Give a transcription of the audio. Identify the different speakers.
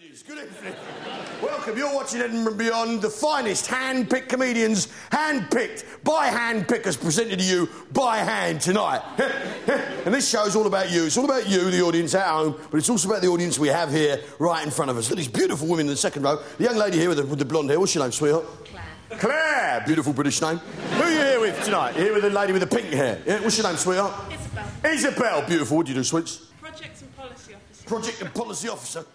Speaker 1: Ladies, good evening. Welcome. You're watching Edinburgh and Beyond, the finest hand-picked comedians, hand-picked by hand-pickers, presented to you by hand tonight. and this show is all about you. It's all about you, the audience at home, but it's also about the audience we have here, right in front of us. Look, these beautiful women in the second row. The young lady here with the, with the blonde hair. What's your name, sweetheart? Claire. Claire, beautiful British name. Who are you here with tonight? You're here with the lady with the pink hair. Yeah, what's your name, sweetheart?
Speaker 2: Isabel,
Speaker 1: Isabel, beautiful. What do you do, sweets?
Speaker 2: projects and policy officer.
Speaker 1: Project and policy officer.